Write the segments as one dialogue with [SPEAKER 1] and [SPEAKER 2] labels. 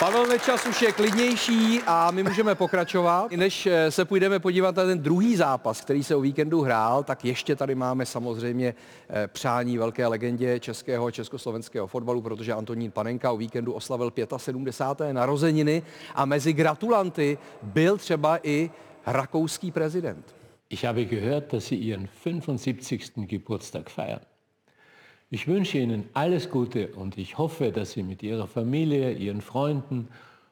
[SPEAKER 1] Pavel Nečas už je klidnější a my můžeme pokračovat. I Než eh, se půjdeme podívat na ten druhý zápas, který se o víkendu hrál, tak ještě tady máme samozřejmě eh, přání velké legendě českého a československého fotbalu, protože Antonín Panenka o víkendu oslavil 75. narozeniny a mezi gratulanty byl třeba i rakouský prezident.
[SPEAKER 2] Ich habe gehört, dass Sie Ihren 75. Geburtstag feiern. Ich wünsche Ihnen alles Gute und ich hoffe, dass Sie mit Ihrer Familie, Ihren Freunden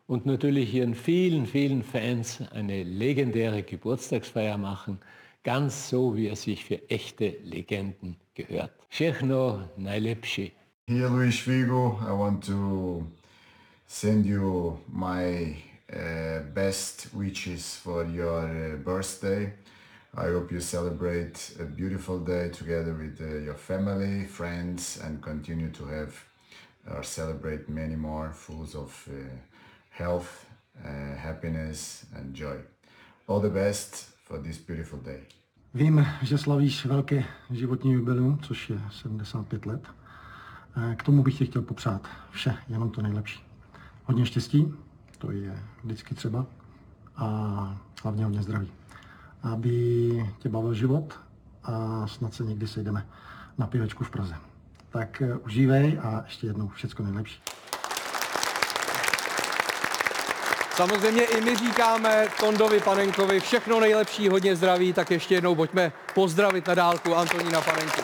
[SPEAKER 2] und natürlich Ihren vielen, vielen Fans eine legendäre Geburtstagsfeier machen, ganz so, wie es sich für echte Legenden gehört. Chechno Najlepši.
[SPEAKER 3] Here, Luis Figo, I want to send you my uh, best wishes for your uh, birthday. I hope you celebrate a beautiful day together with uh, your family, friends, and continue to have or celebrate many more fools of uh, health, uh, happiness, and joy. All the best for this beautiful day.
[SPEAKER 4] Vím, že slavíš velké životní jubileum, což je 75 let. Eh, K tomu bych ti chtěl popřát vše, jenom to nejlepší. Hodně štěstí, to je vždycky třeba, a hlavně hodně zdraví. Aby tě bavil život a snad se někdy sejdeme na pivečku v Praze. Tak eh, užívej a ještě jednou všecko nejlepší.
[SPEAKER 1] Samozřejmě i my říkáme Tondovi Panenkovi všechno nejlepší, hodně zdraví, tak ještě jednou pojďme pozdravit na dálku Antonína Panenku.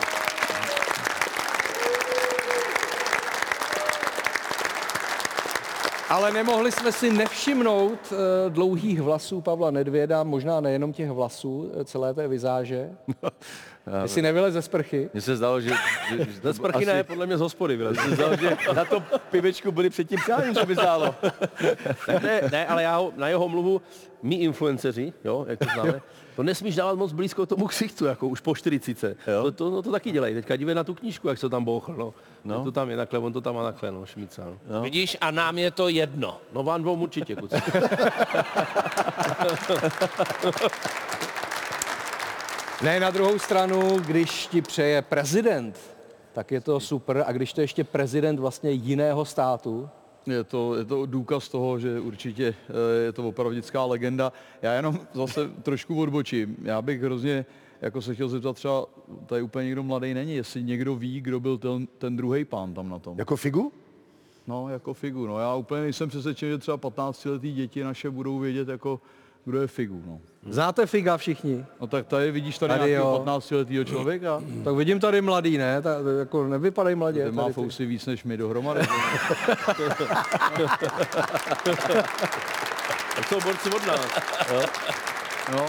[SPEAKER 1] Ale nemohli jsme si nevšimnout eh, dlouhých vlasů Pavla Nedvěda, možná nejenom těch vlasů, eh, celé té vizáže. Jestli nevylez ze sprchy.
[SPEAKER 5] Mně se zdálo, že... že že to
[SPEAKER 6] Ze sprchy
[SPEAKER 5] asi-
[SPEAKER 6] ne, podle mě z hospody vyrazil.
[SPEAKER 5] mně se zdálo, že na tom pivečku byli předtím přání, co by zdálo.
[SPEAKER 6] Ne, ne, ale já ho, na jeho mluvu, my influenceři, jo, jak to známe, to nesmíš dávat moc blízko tomu ksichtu, jako už po 40. To, to, no, to taky dělají. Teďka dívej na tu knížku, jak se to tam bouchl, no. no. To tam je nakle, on to tam má nakle, no, šmica, no. no. Vidíš, a nám je to jedno. No vám dvou určitě, kuci.
[SPEAKER 1] Ne, na druhou stranu, když ti přeje prezident, tak je to super. A když to ještě prezident vlastně jiného státu,
[SPEAKER 7] Je to, je to důkaz toho, že určitě eh, je to opravdická legenda. Já jenom zase trošku odbočím. Já bych hrozně jako se chtěl zeptat třeba, tady úplně někdo mladý není, jestli někdo ví, kdo byl ten, ten druhý pán tam na tom.
[SPEAKER 5] Jako figu?
[SPEAKER 7] No, jako figu. No, já úplně nejsem přesvědčen, že třeba 15-letý děti naše budou vědět, jako, kdo je figu. No.
[SPEAKER 1] Znáte Figa všichni?
[SPEAKER 7] no tak tady vidíš tady,
[SPEAKER 1] Tady
[SPEAKER 7] tady
[SPEAKER 1] jo.
[SPEAKER 7] nějakého 15-letého člověka.
[SPEAKER 1] Tak vidím tady mladý, ne? Ta, jako nevypadají mladě.
[SPEAKER 7] Ten má
[SPEAKER 1] tady ty.
[SPEAKER 7] fousy víc než my dohromady.
[SPEAKER 6] Tak jsou borci od nás.
[SPEAKER 7] No,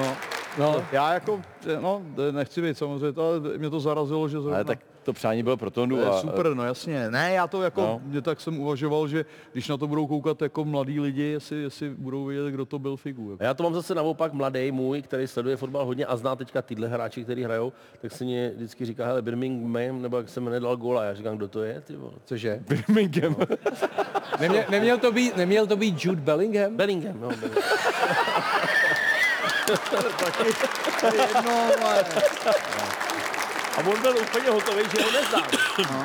[SPEAKER 7] no. No. Já jako, no, nechci být samozřejmě, to, ale mě to zarazilo, že zrovna...
[SPEAKER 5] Ale tak to přání bylo pro
[SPEAKER 7] To
[SPEAKER 5] tonu
[SPEAKER 7] je
[SPEAKER 5] a...
[SPEAKER 7] super, no jasně. Ne, já to jako,
[SPEAKER 5] No.
[SPEAKER 7] mě tak jsem uvažoval, že když na to budou koukat jako mladí lidi, jestli, jestli budou vědět, kdo to byl figu. Jako.
[SPEAKER 6] A já to mám zase naopak mladý můj, který sleduje fotbal hodně a zná teďka tyhle hráči, který hrajou, tak se mě vždycky říká, hele, Birmingham, nebo jak se jmenuje, dal góla. Já říkám, kdo to je, ty vole.
[SPEAKER 1] Cože?
[SPEAKER 5] Birmingham.
[SPEAKER 1] Neměl, neměl, to být, neměl to být Jude Bellingham?
[SPEAKER 6] Bellingham, jo. Bellingham.
[SPEAKER 7] No, ale...
[SPEAKER 6] A on byl úplně hotový, že ho neznám.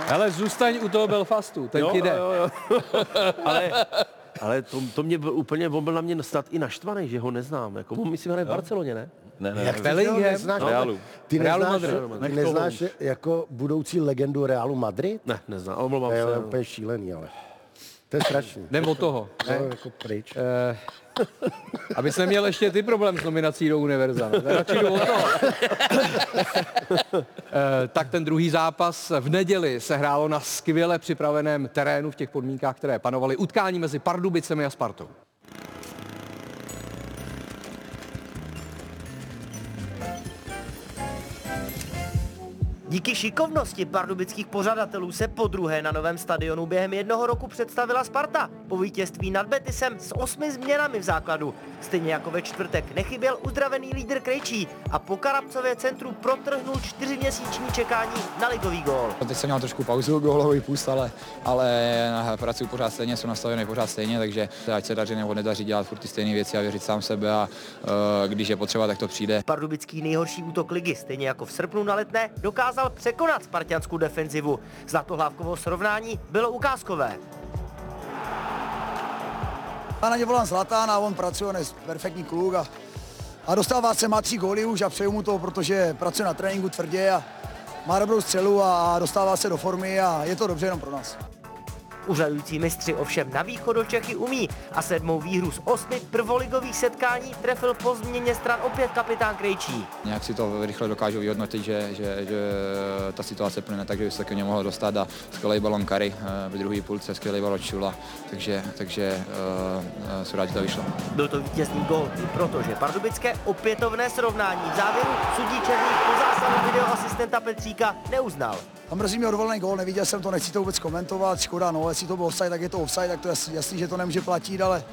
[SPEAKER 1] Hele, zůstaň u toho Belfastu, ten ti jde.
[SPEAKER 6] Ale, ale to, to mě byl úplně, on byl na mě snad i naštvaný, že ho neznám. Jako, on myslím, hraje v Barceloně, ne?
[SPEAKER 5] Ne, ne,
[SPEAKER 8] Jak
[SPEAKER 5] ne.
[SPEAKER 8] ty
[SPEAKER 1] Bellingham?
[SPEAKER 8] ho neznáš?
[SPEAKER 5] No, Realu.
[SPEAKER 8] Ty
[SPEAKER 1] Realu
[SPEAKER 8] neznáš,
[SPEAKER 1] Madrid.
[SPEAKER 8] ty neznáš jako budoucí legendu Realu Madrid?
[SPEAKER 6] Ne, neznám, omlouvám
[SPEAKER 8] To
[SPEAKER 6] se.
[SPEAKER 8] je
[SPEAKER 6] no.
[SPEAKER 8] úplně šílený, ale. To je strašný.
[SPEAKER 1] Jdem od toho.
[SPEAKER 8] To je jako pryč.
[SPEAKER 1] Aby jsi neměl ještě ty problém s nominací do Univerza. ne? Radši jdu o to. Eh, tak ten druhý zápas v neděli se hrálo na skvěle připraveném terénu v těch podmínkách, které panovaly. Utkání mezi Pardubicemi a Spartou.
[SPEAKER 9] Díky šikovnosti pardubických pořadatelů se po druhé na novém stadionu během jednoho roku představila Sparta po vítězství nad Betisem s osmi změnami v základu. Stejně jako ve čtvrtek nechyběl uzdravený lídr Krejčí a po Karabcově centru protrhnul čtyřměsíční čekání na ligový gól.
[SPEAKER 10] No, Teď jsem měl trošku pauzu, gólový půst, ale, ale eh, pracuji pořád stejně, jsem nastavený pořád stejně, takže ať se daří nebo nedaří dělat furt ty stejné věci a věřit sám v sebe a eh, když je potřeba, tak to přijde.
[SPEAKER 9] Pardubický nejhorší útok ligy, stejně jako v srpnu na letné, dokázal překonat spartianskou defenzivu. Zlatohlávkovo srovnání bylo ukázkové.
[SPEAKER 4] Já na ně volám Zlatán a on pracuje, on je perfektní kluk a, a dostává se, má tři góly už a přeju mu to, protože pracuje na tréninku tvrdě a má dobrou střelu a dostává se do formy a je to dobře jenom pro nás.
[SPEAKER 11] Úřadující mistři ovšem na východu Čechy umí a sedmou výhru z osmi prvoligových setkání trefil po změně stran opět kapitán Krejčí.
[SPEAKER 12] Nějak si to rychle dokážu vyhodnotit, že, že, že ta situace plyne tak, že by se k němu mohlo dostat a skvělý balon Kary eh, ve druhé půlce, skvělý balon Čula, takže, takže uh, jsem rád, že to vyšlo.
[SPEAKER 11] Byl to vítězný gol, i protože pardubické opětovné srovnání v závěru sudí Černý po zásahu videoasistenta Petříka neuznal.
[SPEAKER 4] A mrzí mě odvolený gol, neviděl jsem to, nechci to vůbec komentovat, škoda, no, jestli to byl offside, tak je to offside, tak to jasný, jasný že to nemůže platit, ale,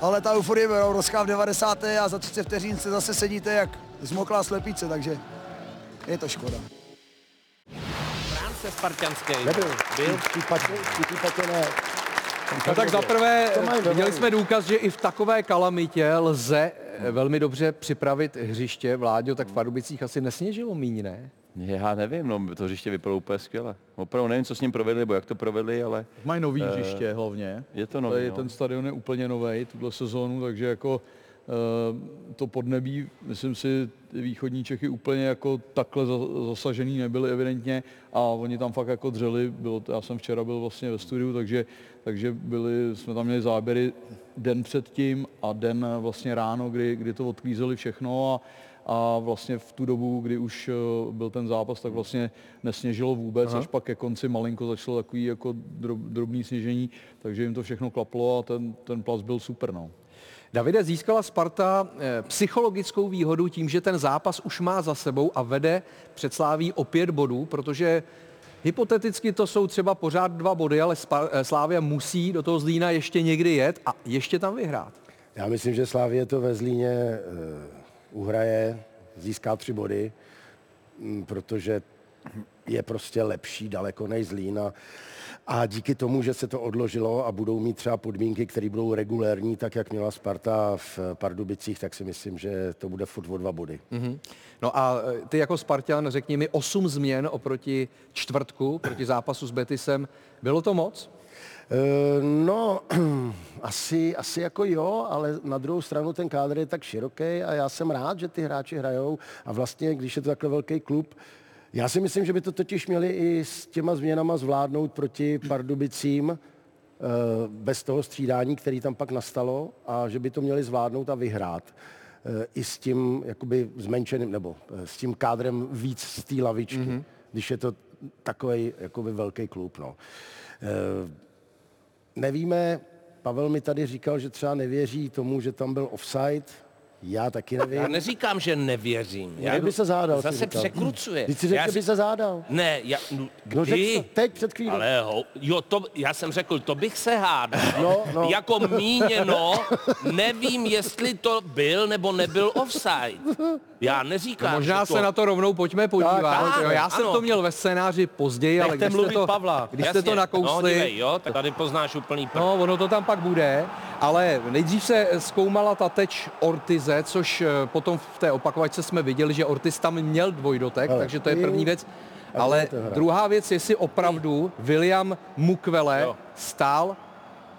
[SPEAKER 4] ale ta euforie byla obrovská v 90. a za 30 vteřin se zase sedíte jak zmoklá slepice, takže je to škoda.
[SPEAKER 11] Bránce Spartianský.
[SPEAKER 8] Nebyl.
[SPEAKER 11] Byl.
[SPEAKER 8] Špatně, špatně Eh, ne.
[SPEAKER 1] No tak zaprvé
[SPEAKER 8] To mají ve
[SPEAKER 1] měli
[SPEAKER 8] hlavě.
[SPEAKER 1] jsme důkaz, že i v takové kalamitě lze eh, velmi dobře připravit hřiště. Vláďo, tak v Pardubicích asi nesněžilo míň, ne?
[SPEAKER 13] Já nevím, no, to hřiště vypadalo úplně skvěle. Opravdu nevím, co s ním provedli, nebo jak to provedli, ale...
[SPEAKER 7] Mají nový
[SPEAKER 13] eh,
[SPEAKER 7] hřiště hlavně.
[SPEAKER 13] Je to nový,
[SPEAKER 7] Tady
[SPEAKER 13] no.
[SPEAKER 7] Ten stadion je úplně nový tuhle sezónu, takže jako eh, to podnebí, myslím si, ty východní Čechy úplně jako takhle za- zasažený nebyly evidentně a oni tam fakt jako dřeli, bylo to, já jsem včera byl vlastně ve studiu, takže, takže byli, jsme tam měli záběry den předtím a den eh, vlastně ráno, kdy, kdy to odklízeli všechno a, a vlastně v tu dobu, kdy už eh, byl ten zápas, tak vlastně nesněžilo vůbec, Aha. až pak ke konci malinko začalo takový jako drob, drobný sněžení, takže jim to všechno klaplo a ten, ten plas byl super. No.
[SPEAKER 1] Davide, získala Sparta eh, psychologickou výhodu tím, že ten zápas už má za sebou a vede před Sláví o pět bodů, protože hypoteticky to jsou třeba pořád dva body, ale Spar- eh, Slávia musí do toho Zlína ještě někdy jet a ještě tam vyhrát.
[SPEAKER 8] Já myslím, že Slávě to ve Zlíně eh, uhraje, získá tři body, mm, protože je prostě lepší daleko než Zlín a, a díky tomu, že se to odložilo a budou mít třeba podmínky, které budou regulérní, tak jak měla Sparta v eh, Pardubicích, tak si myslím, že to bude furt o dva body.
[SPEAKER 1] Mhm. No a eh, ty jako Spartan, řekni mi, osm změn oproti čtvrtku, proti zápasu s Betisem, bylo to moc?
[SPEAKER 8] Eh, No, asi, asi jako jo, ale na druhou stranu ten kádr je tak široký a já jsem rád, že ty hráči hrajou a vlastně, když je to takhle velký klub, já si myslím, že by to totiž měli i s těma změnama zvládnout proti Pardubicím eh, bez toho střídání, který tam pak nastalo a že by to měli zvládnout a vyhrát eh, i s tím jakoby zmenšeným, nebo eh, s tím kádrem víc z té lavičky, mm-hmm. když je to takový jakoby velký klub. No. Eh, Nevíme, Pavel mi tady říkal, že třeba nevěří tomu, že tam byl offside. Já taky nevím.
[SPEAKER 6] Já neříkám, že nevěřím. Já
[SPEAKER 8] Já by se zádal. si
[SPEAKER 6] Zase
[SPEAKER 8] říkal.
[SPEAKER 6] překrucuje.
[SPEAKER 8] Ty jsi řekl,
[SPEAKER 6] Já
[SPEAKER 8] že
[SPEAKER 6] si-
[SPEAKER 8] by se zádal.
[SPEAKER 6] Ne, já, no, kdy?
[SPEAKER 8] No, řekl jsi to teď před chvílí.
[SPEAKER 6] Ale ho, jo, to, já jsem řekl, to bych se hádal.
[SPEAKER 8] No, no.
[SPEAKER 6] Jako míněno, nevím, jestli to byl nebo nebyl offside. Já neříkám,
[SPEAKER 1] No možná
[SPEAKER 6] že to...
[SPEAKER 1] se na to rovnou pojďme podívat.
[SPEAKER 6] Tak, tak,
[SPEAKER 1] jo, já jsem
[SPEAKER 6] ano.
[SPEAKER 1] to měl ve scénáři později, ale
[SPEAKER 6] Nechte
[SPEAKER 1] když jste
[SPEAKER 6] mluvit
[SPEAKER 1] to,
[SPEAKER 6] Pavla.
[SPEAKER 1] Když
[SPEAKER 6] Jasně.
[SPEAKER 1] jste to nakousli,
[SPEAKER 6] No, dívej, jo, tak tady poznáš úplný pr...
[SPEAKER 1] No, ono to tam pak bude, ale nejdřív se zkoumala ta teč Ortize, což eh, potom v té opakovačce jsme viděli, že Ortiz tam měl dvojdotek,
[SPEAKER 8] Ale
[SPEAKER 1] takže to je
[SPEAKER 8] ty-
[SPEAKER 1] první věc.
[SPEAKER 8] a
[SPEAKER 1] Ale
[SPEAKER 8] bude to hra.
[SPEAKER 1] druhá věc, jestli opravdu William Mukwele stál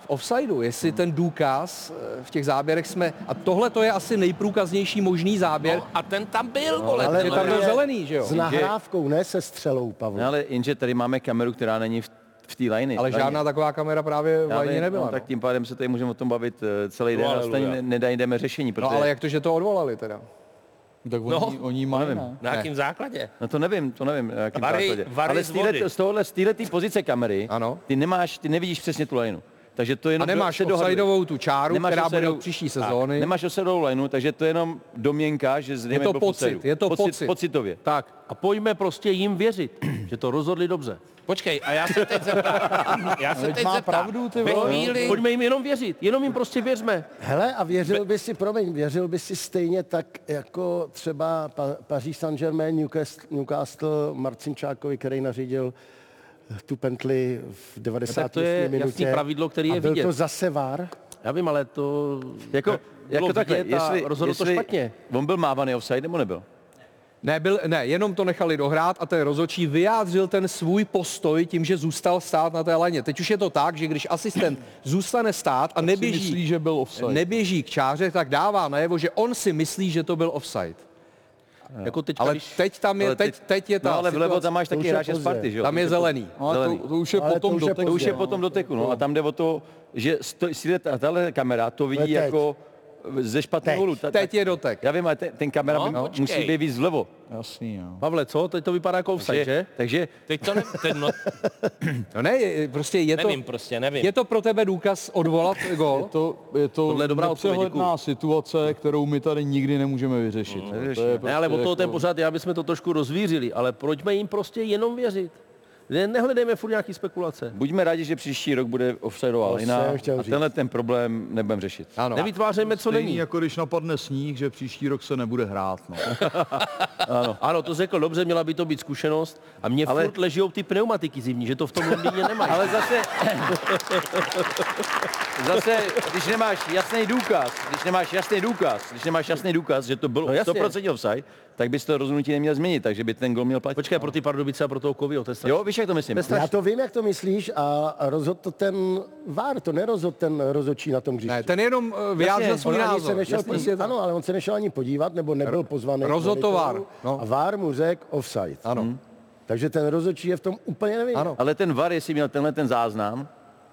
[SPEAKER 1] v offsideu, jestli ten důkaz eh, v těch záběrech jsme... A tohle to je asi nejprůkaznější možný záběr.
[SPEAKER 6] A ten tam byl,
[SPEAKER 1] No, ale že tam byl zelený, že jo?
[SPEAKER 8] S nahrávkou, ne se střelou, Pavlo.
[SPEAKER 13] No, ale jenže tady máme kameru, která není v, v té liney.
[SPEAKER 1] Ale žádná taková kamera právě v
[SPEAKER 13] Já
[SPEAKER 1] lajně
[SPEAKER 13] vím,
[SPEAKER 1] nebyla.
[SPEAKER 13] No, tak tím pádem se tady můžeme o tom bavit eh, celý den,
[SPEAKER 1] No,
[SPEAKER 13] no, ale
[SPEAKER 1] ale
[SPEAKER 13] stejně
[SPEAKER 1] Luda.
[SPEAKER 13] ne- nedajdeme řešení, protože...
[SPEAKER 1] No ale jak to, že to odvolali teda?
[SPEAKER 7] Tak
[SPEAKER 13] oni- No, oni mají, nevím. ne?
[SPEAKER 6] Na jakým základě?
[SPEAKER 13] No to nevím, to nevím. na jakém
[SPEAKER 6] Vary-
[SPEAKER 13] základě.
[SPEAKER 6] vary
[SPEAKER 13] ale
[SPEAKER 6] z
[SPEAKER 13] z, téhle,
[SPEAKER 6] vody.
[SPEAKER 13] z, tohohle, z téhletý pozice kamery, ano. ty nemáš, ty nevidíš přesně tu lineu. Takže No, to jenom
[SPEAKER 1] A nemáš
[SPEAKER 13] se dohaduješ.
[SPEAKER 1] offsideovou tu čáru, která bude
[SPEAKER 13] offsideovou-
[SPEAKER 1] od příští
[SPEAKER 13] tak,
[SPEAKER 1] sezóny.
[SPEAKER 13] Nemáš offsideovou lineu, takže to je jenom domněnka, že zřejmě
[SPEAKER 1] to
[SPEAKER 13] byl v
[SPEAKER 1] pocit,
[SPEAKER 13] offsideu.
[SPEAKER 1] je to pocit.
[SPEAKER 13] Pocitově.
[SPEAKER 6] Tak,
[SPEAKER 2] a pojďme prostě jim věřit, že to rozhodli dobře.
[SPEAKER 6] Počkej, a já se teď zeptám. Já se
[SPEAKER 2] Veď
[SPEAKER 6] teď
[SPEAKER 2] má
[SPEAKER 6] zeptám.
[SPEAKER 2] pravdu, ty
[SPEAKER 6] Ve
[SPEAKER 2] vole.
[SPEAKER 6] chvíli...
[SPEAKER 2] Pojďme jim jenom věřit, jenom jim prostě věřme.
[SPEAKER 8] Hele, a věřil by si, promiň, věřil by si stejně tak, jako třeba pa- Paříž Saint-Germain, Newcastle, Newcastle Marcinčákovi, který nařídil tu pentli v 90.
[SPEAKER 2] tak to je jasný
[SPEAKER 8] minutě.
[SPEAKER 2] pravidlo, který
[SPEAKER 8] a
[SPEAKER 2] je
[SPEAKER 8] byl
[SPEAKER 2] vidět.
[SPEAKER 8] to zase vár.
[SPEAKER 2] Já vím, ale to...
[SPEAKER 13] Jako,
[SPEAKER 2] bylo
[SPEAKER 13] jako takhle,
[SPEAKER 2] vidět a
[SPEAKER 13] jestli,
[SPEAKER 2] rozhodl to
[SPEAKER 13] jestli
[SPEAKER 2] špatně.
[SPEAKER 13] On byl mávaný offside nebo nebyl?
[SPEAKER 1] Ne, byl, ne, jenom to nechali dohrát a ten rozočí vyjádřil ten svůj postoj tím, že zůstal stát na té laně. Teď už je to tak, že když asistent zůstane stát a neběží,
[SPEAKER 7] myslí, že byl offside.
[SPEAKER 1] neběží k čáře, tak dává najevo, že on si myslí, že to byl offside.
[SPEAKER 6] Jako teďka,
[SPEAKER 1] ale
[SPEAKER 6] když-
[SPEAKER 1] teď tam je,
[SPEAKER 6] ale
[SPEAKER 1] teď, teď je ta
[SPEAKER 6] No ale vlevo
[SPEAKER 1] situace-
[SPEAKER 6] tam máš
[SPEAKER 1] To už
[SPEAKER 6] taky
[SPEAKER 1] je
[SPEAKER 6] hráče z
[SPEAKER 1] pozdě.
[SPEAKER 6] party, že jo?
[SPEAKER 1] Tam je zelený.
[SPEAKER 6] Zelený.
[SPEAKER 5] To už je potom doteku, no. A tam jde o to, že sto- si jde ta- tahle kamera to vidí
[SPEAKER 1] teď.
[SPEAKER 5] jako ze špatného úhlu. Ta-
[SPEAKER 1] Teď je dotek.
[SPEAKER 5] Já vím, ale te- ten kamera
[SPEAKER 14] No,
[SPEAKER 5] by-
[SPEAKER 14] počkej.
[SPEAKER 5] musí být víc vlevo.
[SPEAKER 7] Jasný, jo.
[SPEAKER 6] Pavle, co? Teď to vypadá jako offside, že?
[SPEAKER 5] Takže
[SPEAKER 14] Teď to ne, ten, no,
[SPEAKER 1] No ne, je- prostě je
[SPEAKER 14] nevím
[SPEAKER 1] to...
[SPEAKER 14] prostě, nevím.
[SPEAKER 1] Je to pro tebe důkaz odvolat gol?
[SPEAKER 7] Je to, je to
[SPEAKER 6] Tohle je dobrá odpověď,
[SPEAKER 7] nepřehledná situace, kterou my tady nikdy nemůžeme vyřešit. To je prostě
[SPEAKER 6] Ne, ale o toho
[SPEAKER 7] jako-
[SPEAKER 6] ten pořád, já bychom to trošku rozvířili, ale pojďme jim prostě jenom věřit. Ne, nehledejme furt nějaký spekulace.
[SPEAKER 5] Buďme rádi, že příští rok bude offsideová lina
[SPEAKER 8] jsem chtěl
[SPEAKER 5] a
[SPEAKER 8] říct.
[SPEAKER 5] tenhle ten problém nebudeme řešit.
[SPEAKER 1] Ano.
[SPEAKER 6] Nevytvářejme, co
[SPEAKER 7] Stejný,
[SPEAKER 6] není.
[SPEAKER 7] jako když napadne sníh, že příští rok se nebude hrát. No.
[SPEAKER 6] Ano, to řekl dobře, měla by to být zkušenost. A mě ale...
[SPEAKER 5] Ale-
[SPEAKER 6] furt leží ty pneumatiky zimní, že to v tom Londýně nemají.
[SPEAKER 5] Ale zase, zase, když nemáš jasný důkaz, když nemáš jasný důkaz, když nemáš jasný důkaz, že to bylo
[SPEAKER 6] No jasně.
[SPEAKER 5] 100% offside, tak bys to rozhodnutí neměl změnit, takže by ten gol měl platit.
[SPEAKER 6] Počkej, pro ty Pardubice a pro toho Kovyho, to je strašný.
[SPEAKER 5] Jo, víš, jak to myslím?
[SPEAKER 8] Já to vím, jak to myslíš a rozhodl to ten VAR, to nerozhodl ten rozhodčí na tom hřišti.
[SPEAKER 1] Ne, ten jenom eh, vyjádřil
[SPEAKER 8] Jasně,
[SPEAKER 1] svůj
[SPEAKER 8] on ani
[SPEAKER 1] názor.
[SPEAKER 8] Se nešel prostě
[SPEAKER 1] Jasně.
[SPEAKER 8] podívat, ano, ale on se nešel ani podívat, nebo nebyl pozvaný.
[SPEAKER 1] rozhodl to VAR, no.
[SPEAKER 8] A VAR mu řekl offside. Hmm.
[SPEAKER 1] Ano.
[SPEAKER 8] Takže ten rozhodčí je v tom úplně nevinný.
[SPEAKER 1] Ano.
[SPEAKER 5] Ale ten VAR, jestli měl tenhle ten záznam,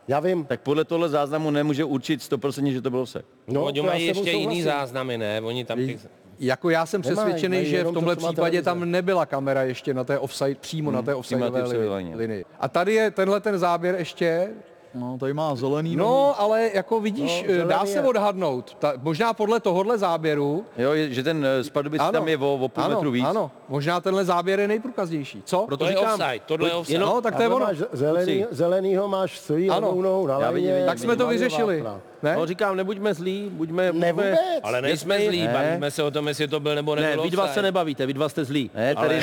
[SPEAKER 8] Já vím.
[SPEAKER 5] tak podle tohle záznamu nemůže určit 100%, že to bylo se.
[SPEAKER 8] No,
[SPEAKER 14] Oni
[SPEAKER 8] to já
[SPEAKER 14] mají
[SPEAKER 8] s tebou
[SPEAKER 14] ještě jiný
[SPEAKER 8] souhlasím.
[SPEAKER 14] záznamy, ne? Oni tam ty...
[SPEAKER 1] Jako já jsem
[SPEAKER 8] Nemají,
[SPEAKER 1] přesvědčený,
[SPEAKER 8] mají
[SPEAKER 1] že
[SPEAKER 8] jenom
[SPEAKER 1] v
[SPEAKER 8] to,
[SPEAKER 1] tomhle
[SPEAKER 8] co má
[SPEAKER 1] případě
[SPEAKER 8] televize. Mhm.
[SPEAKER 1] tam nebyla kamera ještě na té offside, přímo na té offside
[SPEAKER 5] na té offsideové
[SPEAKER 1] linii.
[SPEAKER 5] lině.
[SPEAKER 1] linii. A tady je tenhle ten záběr ještě.
[SPEAKER 7] no tady má zelený.
[SPEAKER 1] No, ale jako vidíš,
[SPEAKER 8] Mhm. No,
[SPEAKER 1] eh, dá
[SPEAKER 8] zelený
[SPEAKER 1] se
[SPEAKER 8] je.
[SPEAKER 1] odhadnout. Ta, možná podle tohohle záběru.
[SPEAKER 5] Jo, je- že ten eh, z Pardubic tam je o, o půl
[SPEAKER 1] ano,
[SPEAKER 5] metru víc.
[SPEAKER 1] Ano, možná tenhle záběr je nejprůkaznější. Co?
[SPEAKER 14] To je offside, tohle je offside.
[SPEAKER 1] No, tak to je
[SPEAKER 8] Ale
[SPEAKER 1] ono.
[SPEAKER 8] máš zelený, zelenýho máš stojí
[SPEAKER 1] Ano.
[SPEAKER 8] ano. rovnou na
[SPEAKER 5] Já vidím,
[SPEAKER 8] lajně,
[SPEAKER 5] vidím,
[SPEAKER 1] Tak jsme to
[SPEAKER 8] Mario
[SPEAKER 1] vyřešili.
[SPEAKER 8] Vápna.
[SPEAKER 1] Ne?
[SPEAKER 6] No, říkám, nebuďme zlí, buďme...
[SPEAKER 8] Ne
[SPEAKER 6] buďme...
[SPEAKER 8] vůbec.
[SPEAKER 14] Ale nejsme zlí,
[SPEAKER 5] Ne.
[SPEAKER 14] bavíme se o tom, jestli to byl nebo
[SPEAKER 6] Ne,
[SPEAKER 14] nebyl
[SPEAKER 6] vy dva
[SPEAKER 14] offside.
[SPEAKER 6] se nebavíte, vy dva jste zlí.
[SPEAKER 5] Ne, tady,
[SPEAKER 6] Ale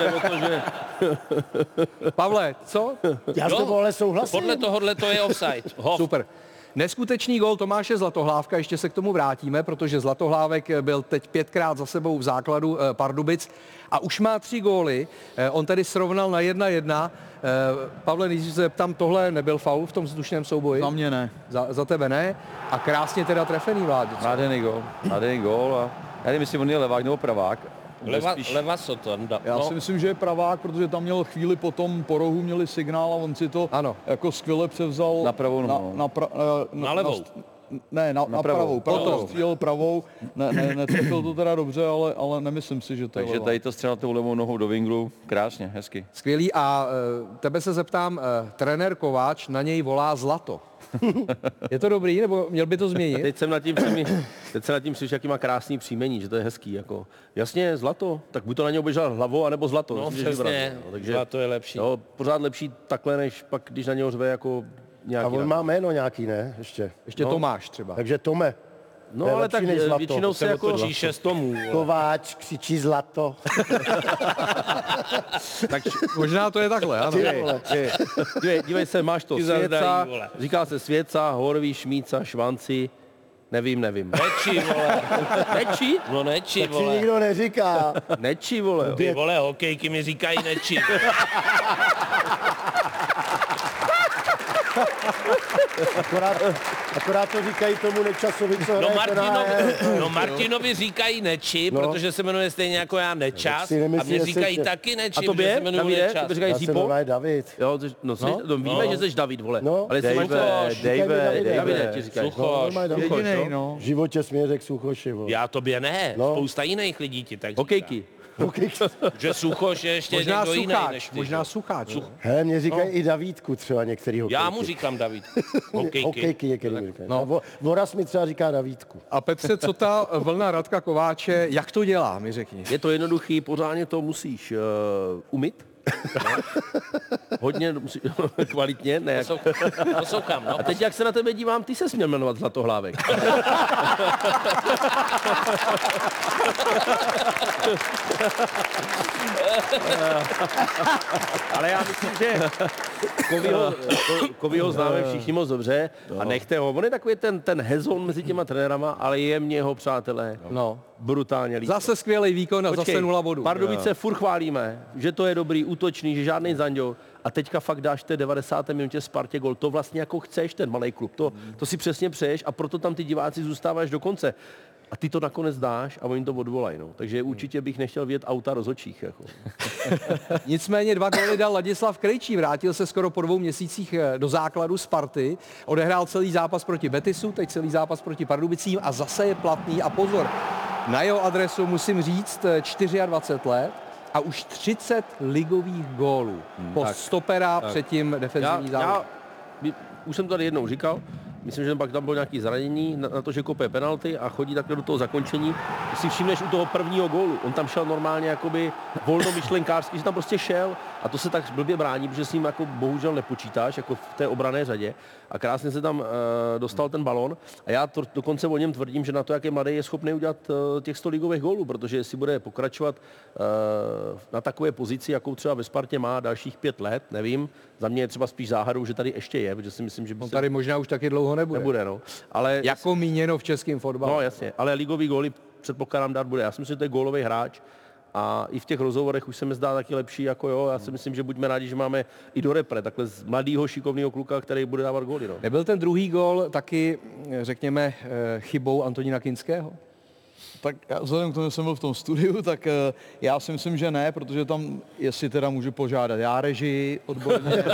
[SPEAKER 6] jde o to, že...
[SPEAKER 1] Pavle, co?
[SPEAKER 8] Já s
[SPEAKER 14] Jo.
[SPEAKER 8] tebou ale souhlasím.
[SPEAKER 14] Podle tohohle to je offside. Vlastně- Hof.
[SPEAKER 1] Super. Neskutečný gol Tomáše Zlatohlávka, ještě se k tomu vrátíme, protože Zlatohlávek byl teď pětkrát za sebou v základu eh, Pardubic a už má tři góly. Eh, On tedy srovnal na 1-1. Eh, Pavle, nejdřív se zeptám, tohle nebyl faul v tom vzdušném souboji?
[SPEAKER 7] Za mě ne.
[SPEAKER 1] Za, za tebe ne. A krásně teda trefený vládě.
[SPEAKER 5] nádherný gol, nádherný gol a já nevím, jestli on je levák nebo pravák.
[SPEAKER 14] Leva,
[SPEAKER 5] Spíš-
[SPEAKER 14] leva sotanda.
[SPEAKER 7] Já
[SPEAKER 14] No,
[SPEAKER 7] si myslím, že je pravák, protože tam měl chvíli potom po rohu měli signál a on si to
[SPEAKER 1] Ano.
[SPEAKER 7] jako skvěle převzal
[SPEAKER 5] Na pravou
[SPEAKER 7] na,
[SPEAKER 5] nohu, no.
[SPEAKER 7] na, pra, eh, na,
[SPEAKER 14] Na levou.
[SPEAKER 7] st- ne, na, na, pravou. Pravou
[SPEAKER 1] Potom.
[SPEAKER 7] střílel pravou. Ne, ne, netrefil to teda dobře, ale, ale nemyslím si, že to je
[SPEAKER 5] Takže
[SPEAKER 7] levá.
[SPEAKER 5] tady to střelil tou levou nohou do vinglu, krásně, hezky.
[SPEAKER 1] Skvělý. A eh, tebe se zeptám, eh, trenér Kováč na něj volá Zlato. Je to dobrý, nebo měl by to změnit?
[SPEAKER 6] Teď jsem nad tím, přemý... Teď jsem nad tím slyšel, jaký má krásný příjmení, že to je hezký. Jako. Jasně, zlato. Tak buď to na něj oběžel hlavou, anebo zlato.
[SPEAKER 14] no
[SPEAKER 6] Musíš vybrat,
[SPEAKER 14] přesně,
[SPEAKER 6] no.
[SPEAKER 14] takže... to je lepší.
[SPEAKER 6] Jo, pořád lepší takhle, než pak, když na něho řve jako
[SPEAKER 8] A
[SPEAKER 6] nějaký.
[SPEAKER 8] on má jméno nějaký, ne? Ještě.
[SPEAKER 1] Ještě Tomáš třeba.
[SPEAKER 8] Takže Tome.
[SPEAKER 6] No
[SPEAKER 8] To je
[SPEAKER 6] ale
[SPEAKER 8] lepší
[SPEAKER 6] tak
[SPEAKER 8] než
[SPEAKER 6] eh,
[SPEAKER 8] zlato.
[SPEAKER 6] většinou
[SPEAKER 8] To
[SPEAKER 6] se jako...
[SPEAKER 14] Točí šest tomů.
[SPEAKER 8] Kováč křičí zlato.
[SPEAKER 1] Možná to je takhle, ano.
[SPEAKER 8] Ty vole.
[SPEAKER 6] Dívej, dívej se, máš to
[SPEAKER 14] Ti zazdají,
[SPEAKER 6] svěca,
[SPEAKER 14] vole.
[SPEAKER 6] říká se svěca, horví, šmíca, švanci, nevím, nevím.
[SPEAKER 14] Nečí, vole.
[SPEAKER 6] Nečí?
[SPEAKER 14] No nečí,
[SPEAKER 8] Tak si
[SPEAKER 14] vole.
[SPEAKER 8] nikdo neříká.
[SPEAKER 6] Nečí, vole. jo.
[SPEAKER 14] Ty vole, hokejky mi říkají nečí.
[SPEAKER 8] Akorát, eh, akorát to říkají tomu nečasovi, co
[SPEAKER 14] No,
[SPEAKER 8] hraje ten
[SPEAKER 14] Martinovi,
[SPEAKER 8] AEL.
[SPEAKER 14] no Martinovi říkají neči,
[SPEAKER 8] jako No.
[SPEAKER 14] protože se jmenuje stejně jako já Nečas.
[SPEAKER 8] si nemyslím,
[SPEAKER 14] A mě
[SPEAKER 8] jestli
[SPEAKER 14] říkají
[SPEAKER 8] tě-
[SPEAKER 14] taky neči,
[SPEAKER 6] A
[SPEAKER 14] protože
[SPEAKER 6] tobě,
[SPEAKER 14] se jmenuji
[SPEAKER 6] Davide,
[SPEAKER 14] Nečas.
[SPEAKER 6] tebe říkají
[SPEAKER 8] Já se
[SPEAKER 6] Zípo?
[SPEAKER 8] jmenuje David.
[SPEAKER 6] Jo, jsi, no, jsi, no? no víme,
[SPEAKER 14] No.
[SPEAKER 6] že jsi David, vole.
[SPEAKER 8] No.
[SPEAKER 6] ale jestli máš
[SPEAKER 5] Dave,
[SPEAKER 6] to...
[SPEAKER 8] říkej mi
[SPEAKER 5] Dave,
[SPEAKER 8] Davide.
[SPEAKER 5] Dave.
[SPEAKER 6] Davide ti říkají.
[SPEAKER 14] Suchoš.
[SPEAKER 8] Normálně David.
[SPEAKER 7] Jedinej, no.
[SPEAKER 8] V životě jsi mi řekl suchoši, vole.
[SPEAKER 14] Já tobě ne,
[SPEAKER 8] No.
[SPEAKER 14] spousta jiných lidí ti tak říká.
[SPEAKER 6] Hokejky.
[SPEAKER 14] Že Suchoš je ještě
[SPEAKER 1] Možná
[SPEAKER 14] někdo jiný než
[SPEAKER 1] sucháč,
[SPEAKER 14] ty.
[SPEAKER 1] možná
[SPEAKER 14] že?
[SPEAKER 1] sucháč. ne?
[SPEAKER 8] Hele, mě říkají i Davídku třeba některý hokejky.
[SPEAKER 14] No. Já mu říkám David. Hokejky.
[SPEAKER 8] Hokejky některý mi říkají.
[SPEAKER 1] No.
[SPEAKER 8] No. Voraz mi třeba říká Davídku.
[SPEAKER 1] A Petře, co ta vlna Radka Kováče, jak to dělá, mi řekni.
[SPEAKER 6] Je to jednoduchý, pořádně to musíš uh, umyt. Hodně musí, kvalitně, ne jak...
[SPEAKER 14] Poslouchám, Poslouchám, no.
[SPEAKER 6] A teď, jak se na tebe dívám, ty se směl jmenovat Zlatohlávek. Ale já myslím, že Kovyho, Ko- Kovyho známe všichni moc dobře a nechte ho. On je takový ten, ten hezon mezi těma trenérama, ale jemně ho, přátelé.
[SPEAKER 1] No.
[SPEAKER 6] brutálně líto.
[SPEAKER 1] Zase skvělý výkon a zase nula bodů.
[SPEAKER 6] Pardubice
[SPEAKER 1] Jo.
[SPEAKER 6] furt chválíme, že to je dobrý, útočný, že žádný zanděl. A teďka fakt dáš té 90. minutě Spartě gol. To vlastně jako chceš, ten malý klub. To,
[SPEAKER 1] Hmm.
[SPEAKER 6] to si přesně přeješ a proto tam ty diváci zůstáváš do konce. A ty to nakonec dáš a oni to odvolají. No. Takže
[SPEAKER 1] Hmm.
[SPEAKER 6] určitě bych nechtěl vidět auta rozočích. Jako.
[SPEAKER 1] Nicméně dva góly dal Ladislav Krejčí, vrátil se skoro po dvou měsících eh, do základu Sparty, odehrál celý zápas proti Betisu, teď celý zápas proti Pardubicím a zase je platný a pozor, na jeho adresu musím říct eh, 24 let a už 30 ligových gólů
[SPEAKER 14] Hmm,
[SPEAKER 1] po
[SPEAKER 6] tak,
[SPEAKER 1] stopera
[SPEAKER 6] tak.
[SPEAKER 1] předtím defenzivní
[SPEAKER 6] já,
[SPEAKER 1] zálohu.
[SPEAKER 6] já, my- už jsem to tady jednou říkal, myslím, že pak tam bylo nějaké zranění na, na, to, že kope penalty a chodí takhle do toho zakončení. Když Si všimneš u toho prvního gólu, on tam šel normálně jakoby volnomyšlenkářsky, že tam prostě šel a to se tak blbě brání, protože s ním jako bohužel nepočítáš, jako v té obrané řadě a krásně se tam uh, dostal ten balon a já to, dokonce o něm tvrdím, že na to, jak je mladý, je schopný udělat uh, těch 100 ligových gólů, protože jestli bude pokračovat uh, na takové pozici, jakou třeba ve Spartě má dalších pět let, nevím, za mě je třeba spíš záhadou, že tady ještě je, protože si myslím, že by
[SPEAKER 1] On
[SPEAKER 6] se-
[SPEAKER 1] tady možná už taky dlouho nebude.
[SPEAKER 6] nebude, no. Ale
[SPEAKER 1] Jako míněno v českém fotbalu.
[SPEAKER 6] No jasně, ale ligový góly předpokládám dát bude. Já si myslím, že to je gólový hráč a i v těch rozhovorech už se mi zdá taky lepší, jako jo.
[SPEAKER 1] Hmm.
[SPEAKER 6] Já si myslím, že buďme rádi, že máme i do repre takhle z mladýho šikovného kluka, který bude dávat góly. No.
[SPEAKER 1] Nebyl ten druhý gól taky, eh, řekněme, eh, chybou Antonína Kinského?
[SPEAKER 7] Tak já, vzhledem k tomu, že jsem byl v tom studiu, tak eh, já si myslím, že ne, protože tam, jestli teda můžu požádat, já režii odborně,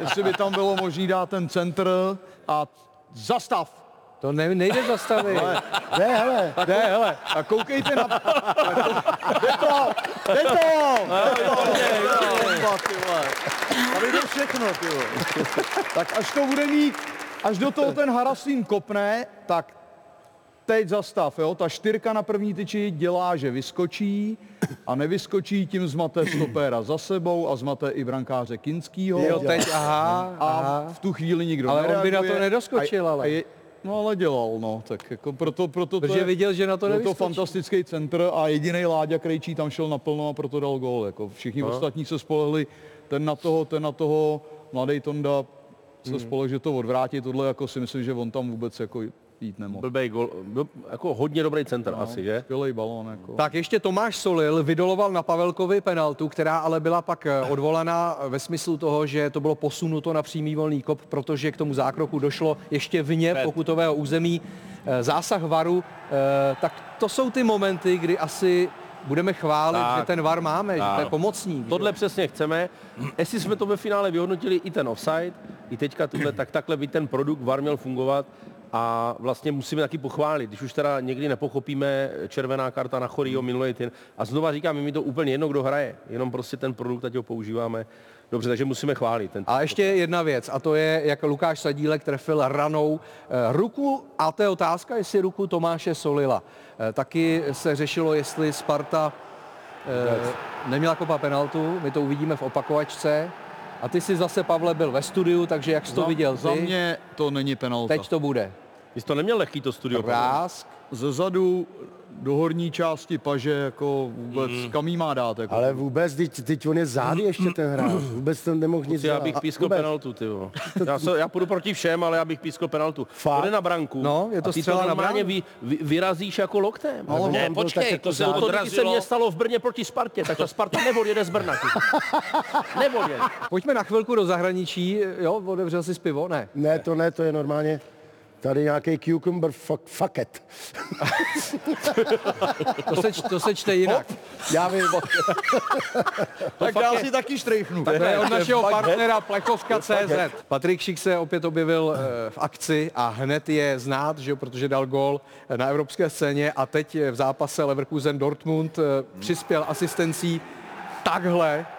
[SPEAKER 7] jestli by tam bylo možné dát ten centr a zastav.
[SPEAKER 1] To ne, nejde zastavit.
[SPEAKER 7] Ne, hele. Ne, hele. A koukejte na... Jde to! Jde to!
[SPEAKER 15] Tady jde všechno, ty vole.
[SPEAKER 7] Tak až to bude mít, až do toho ten Harasín kopne, tak teď zastav, jo? Ta čtyřka na první tyči dělá, že vyskočí a nevyskočí, tím zmate stopéra za sebou a zmate i brankáře Kinskýho.
[SPEAKER 1] Jo, teď, aha,
[SPEAKER 7] A
[SPEAKER 1] aha.
[SPEAKER 7] v tu chvíli nikdo
[SPEAKER 1] Ale on by na to
[SPEAKER 7] nereaguje.
[SPEAKER 1] nedoskočil,
[SPEAKER 7] A-
[SPEAKER 1] ale.
[SPEAKER 7] A je, no ale dělal, no, tak jako proto, proto
[SPEAKER 1] Protože viděl, že na to
[SPEAKER 7] byl to
[SPEAKER 1] nevyskočí.
[SPEAKER 7] fantastický centr a jediný Láďa Krejčí tam šel naplno a proto dal gól. Jako všichni
[SPEAKER 6] No.
[SPEAKER 7] ostatní se spolehli, ten na toho, ten na toho, mladý Tonda se
[SPEAKER 1] Hmm.
[SPEAKER 6] Mhm.
[SPEAKER 7] spolehl, že to odvrátí, tohle jako si myslím, že on tam vůbec jako jít nemohl.
[SPEAKER 6] Blbej gól, byl jako hodně dobrý centr no, asi, že?
[SPEAKER 7] Skvělej balón, jako.
[SPEAKER 1] Tak ještě Tomáš Solil vydoloval na Pavelkovi penaltu, která ale byla pak eh, odvolaná ve smyslu toho, že to bylo posunuto na přímý volný kop, protože k tomu zákroku došlo ještě vně pokutového území. Eh, Zásah varu, eh, tak to jsou ty momenty, kdy asi budeme chválit,
[SPEAKER 6] Tak.
[SPEAKER 1] že ten var máme, že to je
[SPEAKER 6] Ano.
[SPEAKER 1] pomocník.
[SPEAKER 6] Tohle přesně chceme. Jestli jsme to ve finále vyhodnotili i ten offside, i teďka tuhle, tak takhle by ten produkt VAR měl fungovat a vlastně musíme taky pochválit, když už teda někdy nepochopíme červená karta na Choryho minulý týden. A znova říkám, je mi to úplně jedno, kdo hraje, jenom prostě ten produkt, ať ho používáme. Dobře, takže musíme chválit. Ten
[SPEAKER 1] A ještě jedna věc, a to je, jak Lukáš Sadílek trefil ranou eh, ruku, a to je otázka, jestli ruku Tomáše Solila. Eh, Taky se řešilo, jestli Sparta eh, neměla kopa penaltu, my to uvidíme v opakovačce. A ty jsi zase, Pavle, byl ve studiu, takže jak jsi to
[SPEAKER 7] Za-
[SPEAKER 1] viděl
[SPEAKER 7] Za
[SPEAKER 1] ty?
[SPEAKER 7] mě to není penalta.
[SPEAKER 1] Teď to bude.
[SPEAKER 6] Jsi to neměl lehký to studio.
[SPEAKER 1] Rásk.
[SPEAKER 7] Ze zadu do horní části paže jako vůbec,
[SPEAKER 1] Hmm.
[SPEAKER 7] mm. kam jí má dát. Jako.
[SPEAKER 8] Ale vůbec, teď, teď on je zády ještě ten hráč. Vůbec ten nemohl nic
[SPEAKER 6] Já
[SPEAKER 8] dělat.
[SPEAKER 6] bych
[SPEAKER 8] A-
[SPEAKER 6] pískl
[SPEAKER 8] vůbec.
[SPEAKER 6] penaltu, ty jo. Já, se, já půjdu proti všem, ale já bych pískl penaltu.
[SPEAKER 8] Fakt?
[SPEAKER 6] To jde na branku.
[SPEAKER 8] No, je to
[SPEAKER 6] a ty to
[SPEAKER 8] střela na
[SPEAKER 6] normálně
[SPEAKER 8] branku.
[SPEAKER 6] vy, vy, vyrazíš jako loktem.
[SPEAKER 8] Ale on Ne, tam byl počkej, tak jako to se
[SPEAKER 6] to, to taky se
[SPEAKER 14] odrazilo.
[SPEAKER 6] mě stalo v Brně proti Spartě, tak ta Sparta neodjede z Brna. ty. Neodjede.
[SPEAKER 1] Pojďme na chvilku do zahraničí, jo, otevřel jsi pivo, ne?
[SPEAKER 8] Ne, to ne, to je normálně tady nějaký cucumber fuck, fuck it.
[SPEAKER 1] To se, č- to se čte jinak.
[SPEAKER 8] Já vím.
[SPEAKER 7] tak
[SPEAKER 1] fakt
[SPEAKER 7] já
[SPEAKER 1] je-
[SPEAKER 7] si taky štrejchnu.
[SPEAKER 1] Tak to je od našeho
[SPEAKER 7] Fakt,
[SPEAKER 1] partnera Plechovka.cz. Patrik Šik se opět objevil eh, v akci a hned je znát, že, jo, protože dal gól eh, na evropské scéně a teď eh, v zápase Leverkusen-Dortmund eh, přispěl asistencí takhle eh,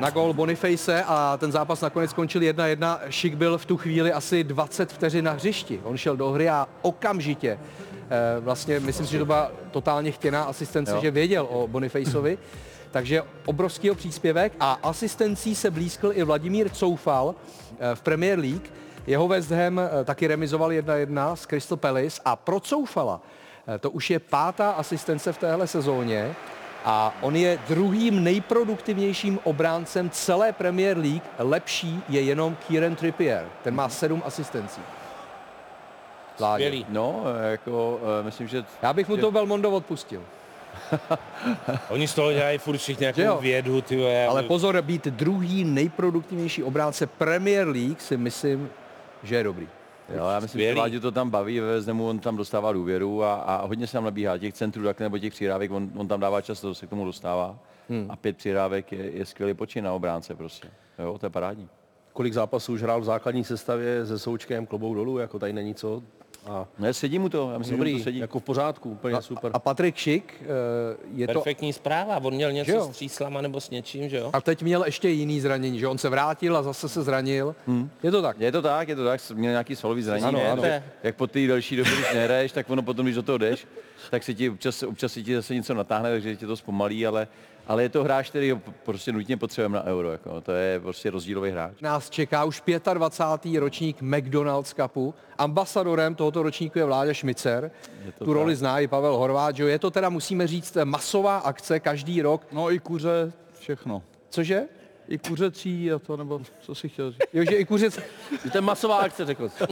[SPEAKER 1] na gól Boniface a ten zápas nakonec skončil 1-1. Šik byl v tu chvíli asi 20 vteřin na hřišti. On šel do hry a okamžitě eh, vlastně, myslím si, že to byla totálně chtěná asistence,
[SPEAKER 6] Jo.
[SPEAKER 1] že věděl o Bonifaceovi. Takže obrovský příspěvek a asistencí se blízkl i Vladimír Coufal eh, v Premier League. Jeho West Ham eh, taky remizoval 1-1 s Crystal Palace a pro Coufala eh, to už je pátá asistence v téhle sezóně a on je druhým nejproduktivnějším obráncem celé Premier League. Lepší je jenom Kieran Trippier, ten má sedm asistencí. Mhm. Skvělý.
[SPEAKER 7] No, jako, eh, myslím, že...
[SPEAKER 1] Já bych mu
[SPEAKER 7] že-
[SPEAKER 1] to Belmondo odpustil.
[SPEAKER 6] Oni z toho dělají furt všichni
[SPEAKER 1] Že jo.
[SPEAKER 6] nějakou vědu, ty vole.
[SPEAKER 1] Ale
[SPEAKER 16] jako
[SPEAKER 1] pozor, být druhý nejproduktivnější obránce Premier League si myslím, že je dobrý.
[SPEAKER 7] Jo, já myslím, že
[SPEAKER 1] Skvělý.
[SPEAKER 7] Vládě to tam baví, ve Veznemu on tam dostává důvěru a, a hodně se tam nabíhá těch centrů tak, nebo těch přihrávek, on, on tam dává často, se k tomu dostává.
[SPEAKER 6] Hmm.
[SPEAKER 7] Hmm. A pět přihrávek je, je skvělý počin na obránce prostě. Jo, to je parádní.
[SPEAKER 6] Kolik zápasů už hrál v základní sestavě se Součkem, klobou dolů, jako tady není co. A
[SPEAKER 7] ne, sedí No, mu to, já
[SPEAKER 1] myslím, že mu
[SPEAKER 6] dobrý,
[SPEAKER 1] to sedí.
[SPEAKER 6] jako v pořádku, úplně a, super.
[SPEAKER 1] A Patrik Šik eh, je to...
[SPEAKER 16] Perfektní zpráva, on měl
[SPEAKER 1] Že
[SPEAKER 16] něco
[SPEAKER 1] jo.
[SPEAKER 16] s tříslama nebo s něčím, že jo?
[SPEAKER 1] A teď měl ještě jiný zranění, že on se vrátil a zase se zranil. Hmm. Je to tak?
[SPEAKER 7] Je to tak, je to tak, měl nějaký svalový zranění,
[SPEAKER 1] Ano,
[SPEAKER 7] ne?
[SPEAKER 1] ano.
[SPEAKER 7] Takže jak po té delší době, když nehraješ, tak ono potom, když do toho jdeš, tak se ti občas, občas se ti zase něco natáhne, takže tě to zpomalí, ale, ale je to hráč, který ho prostě nutně potřebujeme na euro, jako, to je prostě rozdílový hráč.
[SPEAKER 1] Nás čeká už 25. ročník McDonald's Cupu. Ambasadorem tohoto ročníku je Vláďa Šmicer. Tu
[SPEAKER 7] to tak.
[SPEAKER 1] roli zná i Pavel Horváth. že jo? Je to teda, musíme říct, masová akce každý rok.
[SPEAKER 17] No i kuře, všechno.
[SPEAKER 1] Cože?
[SPEAKER 17] I kuřecí a to, nebo co si chtěl říct?
[SPEAKER 1] Jo, že i kuřec...
[SPEAKER 6] To je masová akce, řekl jsi.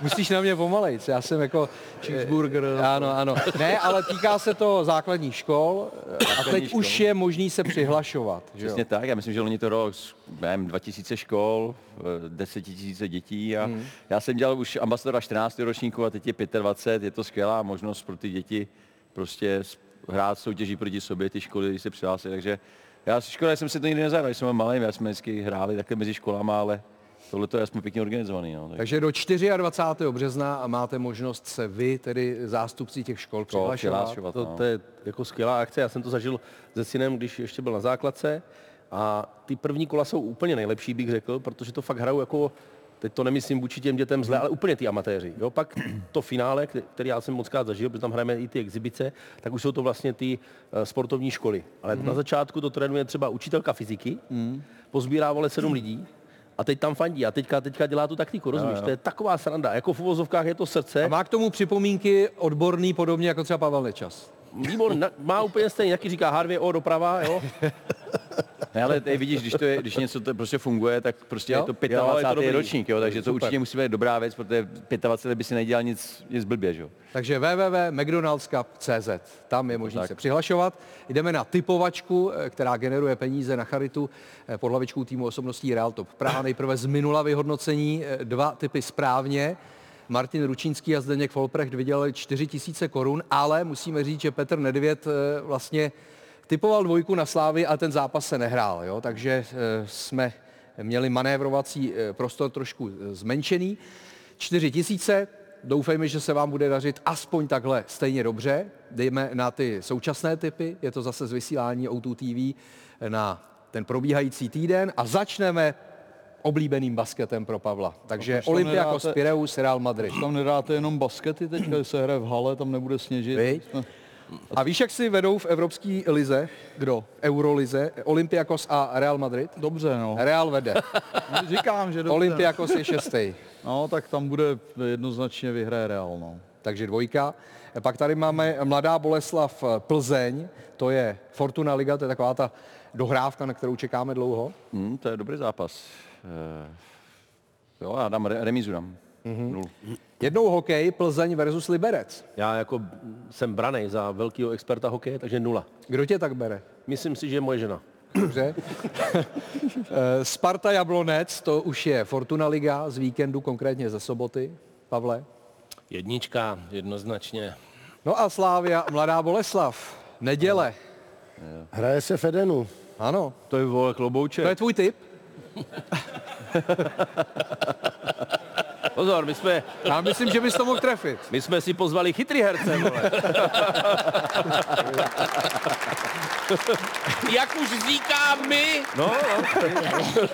[SPEAKER 1] Musíš na mě pomalejc, já jsem jako... Cheeseburger.
[SPEAKER 7] no.
[SPEAKER 1] Ano, ano. Ne, ale týká se to základních škol a teď
[SPEAKER 7] Základních
[SPEAKER 1] už je možný se přihlašovat. Že jo?
[SPEAKER 7] Přesně tak, já myslím, že loni to rok, nevím, 2000 škol, 10 tisíce dětí a
[SPEAKER 1] Hmm.
[SPEAKER 7] hmm. já jsem dělal už ambasadora 14. ročníku a teď je 25, je to skvělá možnost pro ty děti prostě s- hrát soutěží proti sobě, ty školy, když se přihlásí, takže já škoda, že jsem si to nikdy nezahrál, když jsem byl malý, já jsme vždycky hráli takhle mezi školama, ale tohle to je jsme pěkně organizovaný. No,
[SPEAKER 1] Takže do 24. března máte možnost se vy, tedy zástupci těch škol, přihlašovat.
[SPEAKER 6] To, to je jako skvělá akce. Já jsem to zažil se synem, když ještě byl na základce. A ty první kola jsou úplně nejlepší, bych řekl, protože to fakt hrajou jako teď to nemyslím vůči těm dětem zle, ale úplně ty amatéři. Jo? Pak to finále, kte- který já jsem moc krát zažil, protože tam hrajeme i ty exibice, tak už jsou to vlastně ty eh, sportovní školy. Ale
[SPEAKER 18] Mhm.
[SPEAKER 6] na začátku to trénuje třeba učitelka fyziky,
[SPEAKER 1] Mhm.
[SPEAKER 6] pozbírá vole sedm lidí a teď tam fandí a teďka, teďka dělá tu taktiku, rozumíš?
[SPEAKER 1] jo.
[SPEAKER 6] To je taková sranda, jako v uvozovkách je to srdce.
[SPEAKER 1] A má k tomu připomínky odborný, podobně jako třeba Pavel Nečas.
[SPEAKER 6] Výbor na, má úplně stejně, jaký říká Harvey O doprava, jo?
[SPEAKER 7] Ne, ale tady vidíš, když, to je, když něco to prostě funguje, tak prostě
[SPEAKER 6] Jo?
[SPEAKER 7] jo? je to
[SPEAKER 6] Jo, je to
[SPEAKER 7] 25.
[SPEAKER 6] dobrý.
[SPEAKER 7] ročník, jo, takže to
[SPEAKER 1] Super.
[SPEAKER 7] určitě musí být dobrá věc, protože 25 by si nedělal nic, nic blbě, že jo.
[SPEAKER 1] Takže www.mcdonaldscup.cz, tam je možné se přihlašovat. Jdeme na typovačku, eh, která generuje peníze na charitu eh, pod hlavičkou týmu osobností Real Top Praha. Nejprve z minula vyhodnocení eh, dva typy správně. Martin Ručínský a Zdeněk Folprecht vydělali 4 tisíce korun, ale musíme říct, že Petr Nedvěd eh, vlastně typoval dvojku na Slávy a ten zápas se nehrál, jo? takže eh, jsme měli manévrovací eh, prostor trošku eh, zmenšený. 4 tisíce, doufejme, že se vám bude dařit aspoň takhle stejně dobře. Dejme na ty současné typy, je to zase z vysílání O2 TV eh, na ten probíhající týden a začneme oblíbeným basketem pro Pavla. Takže
[SPEAKER 17] proč tam
[SPEAKER 1] Olympiakos
[SPEAKER 17] nedáte-
[SPEAKER 1] Pireus, Real Madrid.
[SPEAKER 17] Když tam nedáte jenom baskety teďka, když se hraje v hale, tam nebude sněžit. Jsme-
[SPEAKER 1] A víš, jak si vedou v Evropské lize?
[SPEAKER 17] Kdo?
[SPEAKER 1] Eurolize, Olympiakos a Real Madrid?
[SPEAKER 17] Dobře, no.
[SPEAKER 1] Real vede.
[SPEAKER 17] Říkám, že dobře.
[SPEAKER 1] Olympiakos je šestý.
[SPEAKER 17] No, tak tam bude jednoznačně vyhraje Real, no.
[SPEAKER 1] Takže dvojka. Pak tady máme Mladá Boleslav eh, Plzeň, to je Fortuna Liga, to je taková ta dohrávka, na kterou čekáme dlouho.
[SPEAKER 7] Hmm, to je dobrý zápas. Eh, Jo, já dám re- remízu dám. Nul.
[SPEAKER 1] Mhm. Jednou hokej, Plzeň versus Liberec.
[SPEAKER 6] Já jako jsem branej za velkého experta hokeje, takže nula.
[SPEAKER 1] Kdo tě tak bere?
[SPEAKER 6] Myslím si, že moje žena.
[SPEAKER 1] Dobře. Eh, Sparta Jablonec, to už je Fortuna Liga z víkendu, konkrétně ze soboty. Pavle.
[SPEAKER 16] Jednička, jednoznačně.
[SPEAKER 1] No a Slávia, Mladá Boleslav, neděle.
[SPEAKER 8] Hraje se v Edenu.
[SPEAKER 1] Ano.
[SPEAKER 7] To je vole klobouče.
[SPEAKER 1] To je tvůj tip?
[SPEAKER 6] Pozor, my jsme...
[SPEAKER 1] Já myslím, že bys to mohl trefit.
[SPEAKER 6] My jsme si pozvali chytrý herce, vole.
[SPEAKER 16] Jak už říkám my,
[SPEAKER 6] No,
[SPEAKER 1] Jako-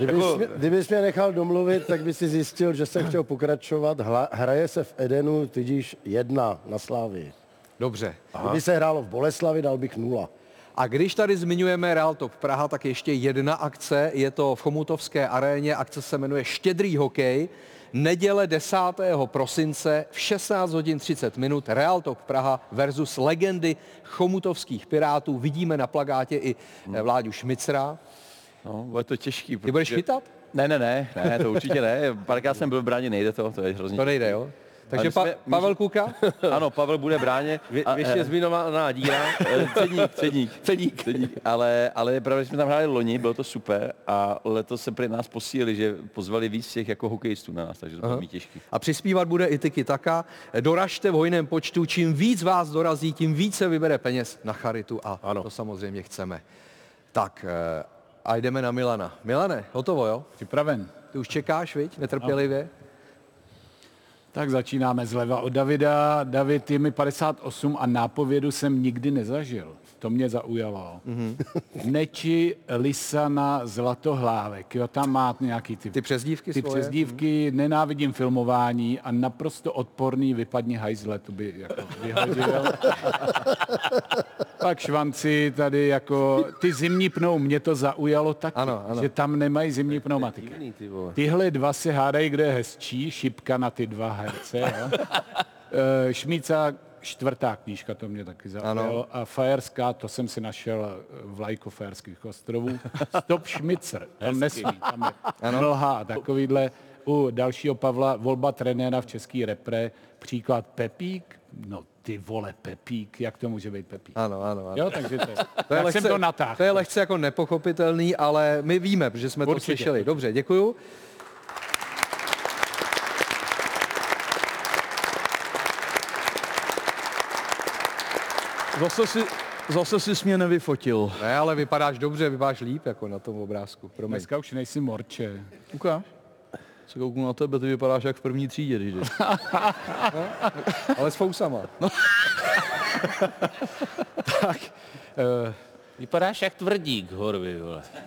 [SPEAKER 8] Kdybys, mě, kdybys mě nechal domluvit, tak by si zjistil, že jsem chtěl pokračovat. Hla, hraje se v Edenu, tudíž jedna na Slávii.
[SPEAKER 1] Dobře.
[SPEAKER 8] Kdyby se hrálo v Boleslavi, dal bych nula.
[SPEAKER 1] A když tady zmiňujeme Real Top Praha, tak ještě jedna akce, je to v Chomutovské aréně, akce se jmenuje Štědrý hokej. Neděle 10. prosince v 16 hodin 30 minut Real Top Praha versus legendy chomutovských pirátů. Vidíme na plagátě i eh, Vláďu Šmicra.
[SPEAKER 5] No, bude to těžký.
[SPEAKER 1] Ty budeš chytat?
[SPEAKER 5] Ne, ne, ne, ne, to určitě ne. Párkrát jsem byl v bráně, nejde to, to je hrozně.
[SPEAKER 1] To nejde, jo? Takže
[SPEAKER 5] Ale my
[SPEAKER 1] pa-
[SPEAKER 5] jsme- my-
[SPEAKER 1] Pavel Kuka?
[SPEAKER 5] Ano, Pavel bude v bráně.
[SPEAKER 6] Vě-
[SPEAKER 5] eh,
[SPEAKER 6] věčně
[SPEAKER 5] zmiňovaná díra. Cedník, cedník. Cedník. cedník. Ale, ale je pravda, že jsme tam hráli loni, bylo to super a letos se prý nás posílili, že pozvali víc těch jako hokejistů na nás, takže to
[SPEAKER 1] Aha.
[SPEAKER 5] bylo mít těžký.
[SPEAKER 1] A přispívat bude i Tiki Taka. Doražte v hojném počtu, čím víc vás dorazí, tím více vybere peněz na charitu a ano. to samozřejmě chceme. Tak eh, a jdeme na Milana. Milane, hotovo, jo?
[SPEAKER 12] Připraven.
[SPEAKER 1] Ty už čekáš, viď? Netrpělivě?
[SPEAKER 12] Tak začínáme zleva od Davida. David je mi 58 a nápovědu jsem nikdy nezažil. To mě zaujalo.
[SPEAKER 13] Mhm.
[SPEAKER 12] Mm-hmm. Neči Lisana Zlatohlávek. Jo, tam má nějaký ty, ty
[SPEAKER 1] přezdívky
[SPEAKER 12] Ty
[SPEAKER 1] svoje?
[SPEAKER 12] přezdívky, nenávidím filmování a naprosto odporný vypadně hajzle, to by jako vyhodil. Pak švanci tady jako, ty zimní pnou, mě to zaujalo taky, ano, ano. že tam nemají zimní pneumatiky. Tyhle dva se hádají, kde je hezčí, šipka na ty dva herce. Jo? E, Šmíca čtvrtá knížka, to mě taky zaujalo.
[SPEAKER 1] Ano.
[SPEAKER 12] A Fajerská, to jsem si našel v lajku Fajerských ostrovů. Stop Šmicer, tam
[SPEAKER 19] Hezky.
[SPEAKER 12] nesmí, tam je
[SPEAKER 19] Ano.
[SPEAKER 12] mlha a takovýhle. U dalšího Pavla volba trenéra v český repre, příklad Pepík, no ty vole Pepík, jak to může být Pepík?
[SPEAKER 1] Ano, ano, ano.
[SPEAKER 12] Jo, takže to, je- tak jsem to natáhl.
[SPEAKER 1] to je lehce jako nepochopitelný, ale my víme, že jsme to
[SPEAKER 12] Určitě.
[SPEAKER 1] slyšeli. Dobře, děkuju.
[SPEAKER 7] Zase si, zase si mě nevyfotil.
[SPEAKER 1] Ne, ale vypadáš dobře, vypadáš líp jako na tom obrázku. Promiň.
[SPEAKER 12] Dneska už nejsi morče.
[SPEAKER 7] Kuka, se kouknu na tebe, ty vypadáš jak v první třídě, když jdeš.
[SPEAKER 1] ale s fousama.
[SPEAKER 14] Uh, Vypadáš jak tvrdík, Horvy, vole.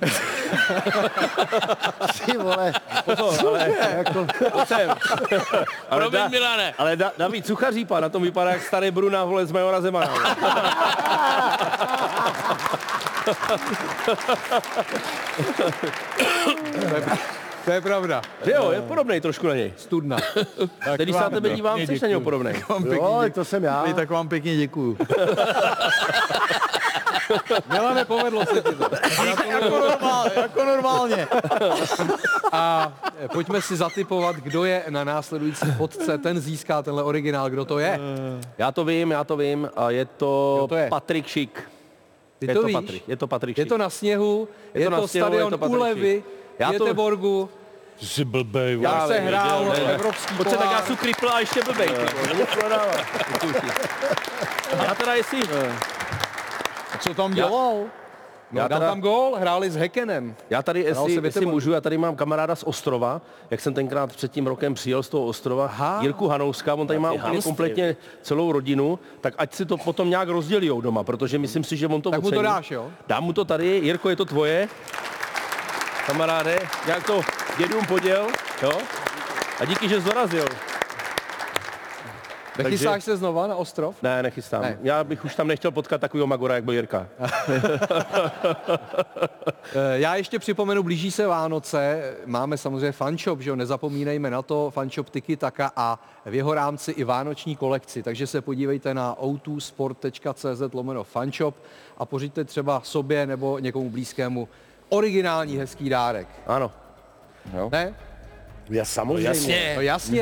[SPEAKER 8] Ty vole.
[SPEAKER 14] No,
[SPEAKER 6] Pozor, ale,
[SPEAKER 8] jako,
[SPEAKER 6] to jsem. Ale
[SPEAKER 14] Promiň,
[SPEAKER 6] da-
[SPEAKER 14] Milane.
[SPEAKER 6] Ale da, David Suchařípa na tom vypadá jak starý Bruna vole z Majora Zemana.
[SPEAKER 1] To je pravda.
[SPEAKER 6] Že jo, je podobný trošku na něj.
[SPEAKER 1] Studna.
[SPEAKER 6] Tak Když se na tebe dívám, jsi na něj podobný.
[SPEAKER 8] to jsem já.
[SPEAKER 7] Tak vám pěkně děkuju.
[SPEAKER 1] Milane, povedlo se ti to.
[SPEAKER 7] jako normálně, jako normálně.
[SPEAKER 1] A eh, pojďme si zatypovat, kdo je na následující fotce. Ten získá tenhle originál. Kdo to je?
[SPEAKER 6] Já to vím, já to vím. A je to,
[SPEAKER 1] to je?
[SPEAKER 6] Patrik Šik.
[SPEAKER 1] Ty
[SPEAKER 6] je
[SPEAKER 1] to
[SPEAKER 6] to
[SPEAKER 1] víš?
[SPEAKER 6] Patrik, je to Patrik
[SPEAKER 1] Je to
[SPEAKER 6] Šik.
[SPEAKER 1] na sněhu, je,
[SPEAKER 6] Je
[SPEAKER 1] je
[SPEAKER 6] to
[SPEAKER 1] to,
[SPEAKER 6] na
[SPEAKER 1] to
[SPEAKER 6] sněhu, je
[SPEAKER 1] stadion to
[SPEAKER 6] to Patrik
[SPEAKER 1] Ulevy,
[SPEAKER 6] Já
[SPEAKER 1] je
[SPEAKER 6] to-
[SPEAKER 1] to Borgu.
[SPEAKER 14] Jsi blbej,
[SPEAKER 1] Jak se hrál evropský
[SPEAKER 6] Pojďte, tak já
[SPEAKER 1] pohár.
[SPEAKER 6] jsem kripl a ještě blbej. ty vole, Nebudu prodávat. Já teda jestli... no,
[SPEAKER 7] Co tam
[SPEAKER 1] dělal? No,
[SPEAKER 6] já
[SPEAKER 1] dal
[SPEAKER 6] teda-
[SPEAKER 1] tam gól, hráli s Hekenem.
[SPEAKER 6] Já tady,
[SPEAKER 1] Hrál
[SPEAKER 6] jestli,
[SPEAKER 1] se
[SPEAKER 6] jestli
[SPEAKER 1] Göteborgu.
[SPEAKER 6] můžu, já tady mám kamaráda z Ostrova, jak jsem tenkrát před tím rokem přijel z toho Ostrova, Aha. Jirku Hanouska, on tady má
[SPEAKER 14] ty
[SPEAKER 6] úplně
[SPEAKER 14] hamstry.
[SPEAKER 6] kompletně celou rodinu, tak ať si to potom nějak rozdělijou doma, protože myslím si, že on to
[SPEAKER 1] Tak mu to
[SPEAKER 6] ocení.
[SPEAKER 1] dáš, jo?
[SPEAKER 6] Dám mu to tady, Jirko, je to tvoje, kamaráde, nějak to dědům poděl, jo? A díky, že jsi dorazil.
[SPEAKER 1] Nechystáš se znova na ostrov?
[SPEAKER 6] Ne, nechystám.
[SPEAKER 1] Ne.
[SPEAKER 6] Ne. Já bych už tam nechtěl potkat takového Magora, jak byl Jirka.
[SPEAKER 1] Eh, Já ještě připomenu, blíží se Vánoce, máme samozřejmě fanshop, že jo, nezapomínejme na to, fanshop Tiki Taka a v jeho rámci i vánoční kolekci, takže se podívejte na o2sport.cz lomeno fanshop a pořiďte třeba sobě nebo někomu blízkému originální hezký dárek.
[SPEAKER 6] Ano.
[SPEAKER 5] Jo.
[SPEAKER 1] Ne?
[SPEAKER 14] Já samozřejmě. Jasně.
[SPEAKER 1] No jasně.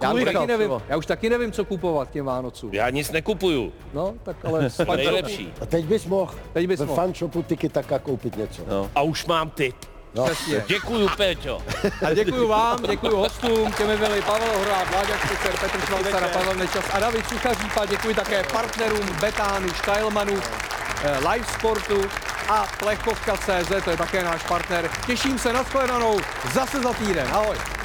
[SPEAKER 1] Já už,
[SPEAKER 14] Kulika
[SPEAKER 1] taky nevím,
[SPEAKER 14] třeba.
[SPEAKER 1] já už taky nevím, co kupovat k těm Vánocům.
[SPEAKER 14] Já nic nekupuju.
[SPEAKER 1] No, tak ale s fanshopu-
[SPEAKER 14] Nejlepší.
[SPEAKER 8] A teď bys mohl
[SPEAKER 1] Teď bys
[SPEAKER 8] ve
[SPEAKER 1] mohl.
[SPEAKER 8] fanshopu Tiki Taka koupit něco.
[SPEAKER 14] A už mám tip.
[SPEAKER 8] No.
[SPEAKER 1] Přesně.
[SPEAKER 14] Děkuju, Péťo.
[SPEAKER 1] A děkuji vám, děkuji hostům, těmi byli Pavel Horá, Vláďa Špicer, Petr Švalcara, Pavel Nečas a David Suchařípa. Děkuji také partnerům Betánu, Štajlmanu, eh, Live Sportu a Plechovka.cz, to je také náš partner. Těším se na shledanou zase za týden. Ahoj.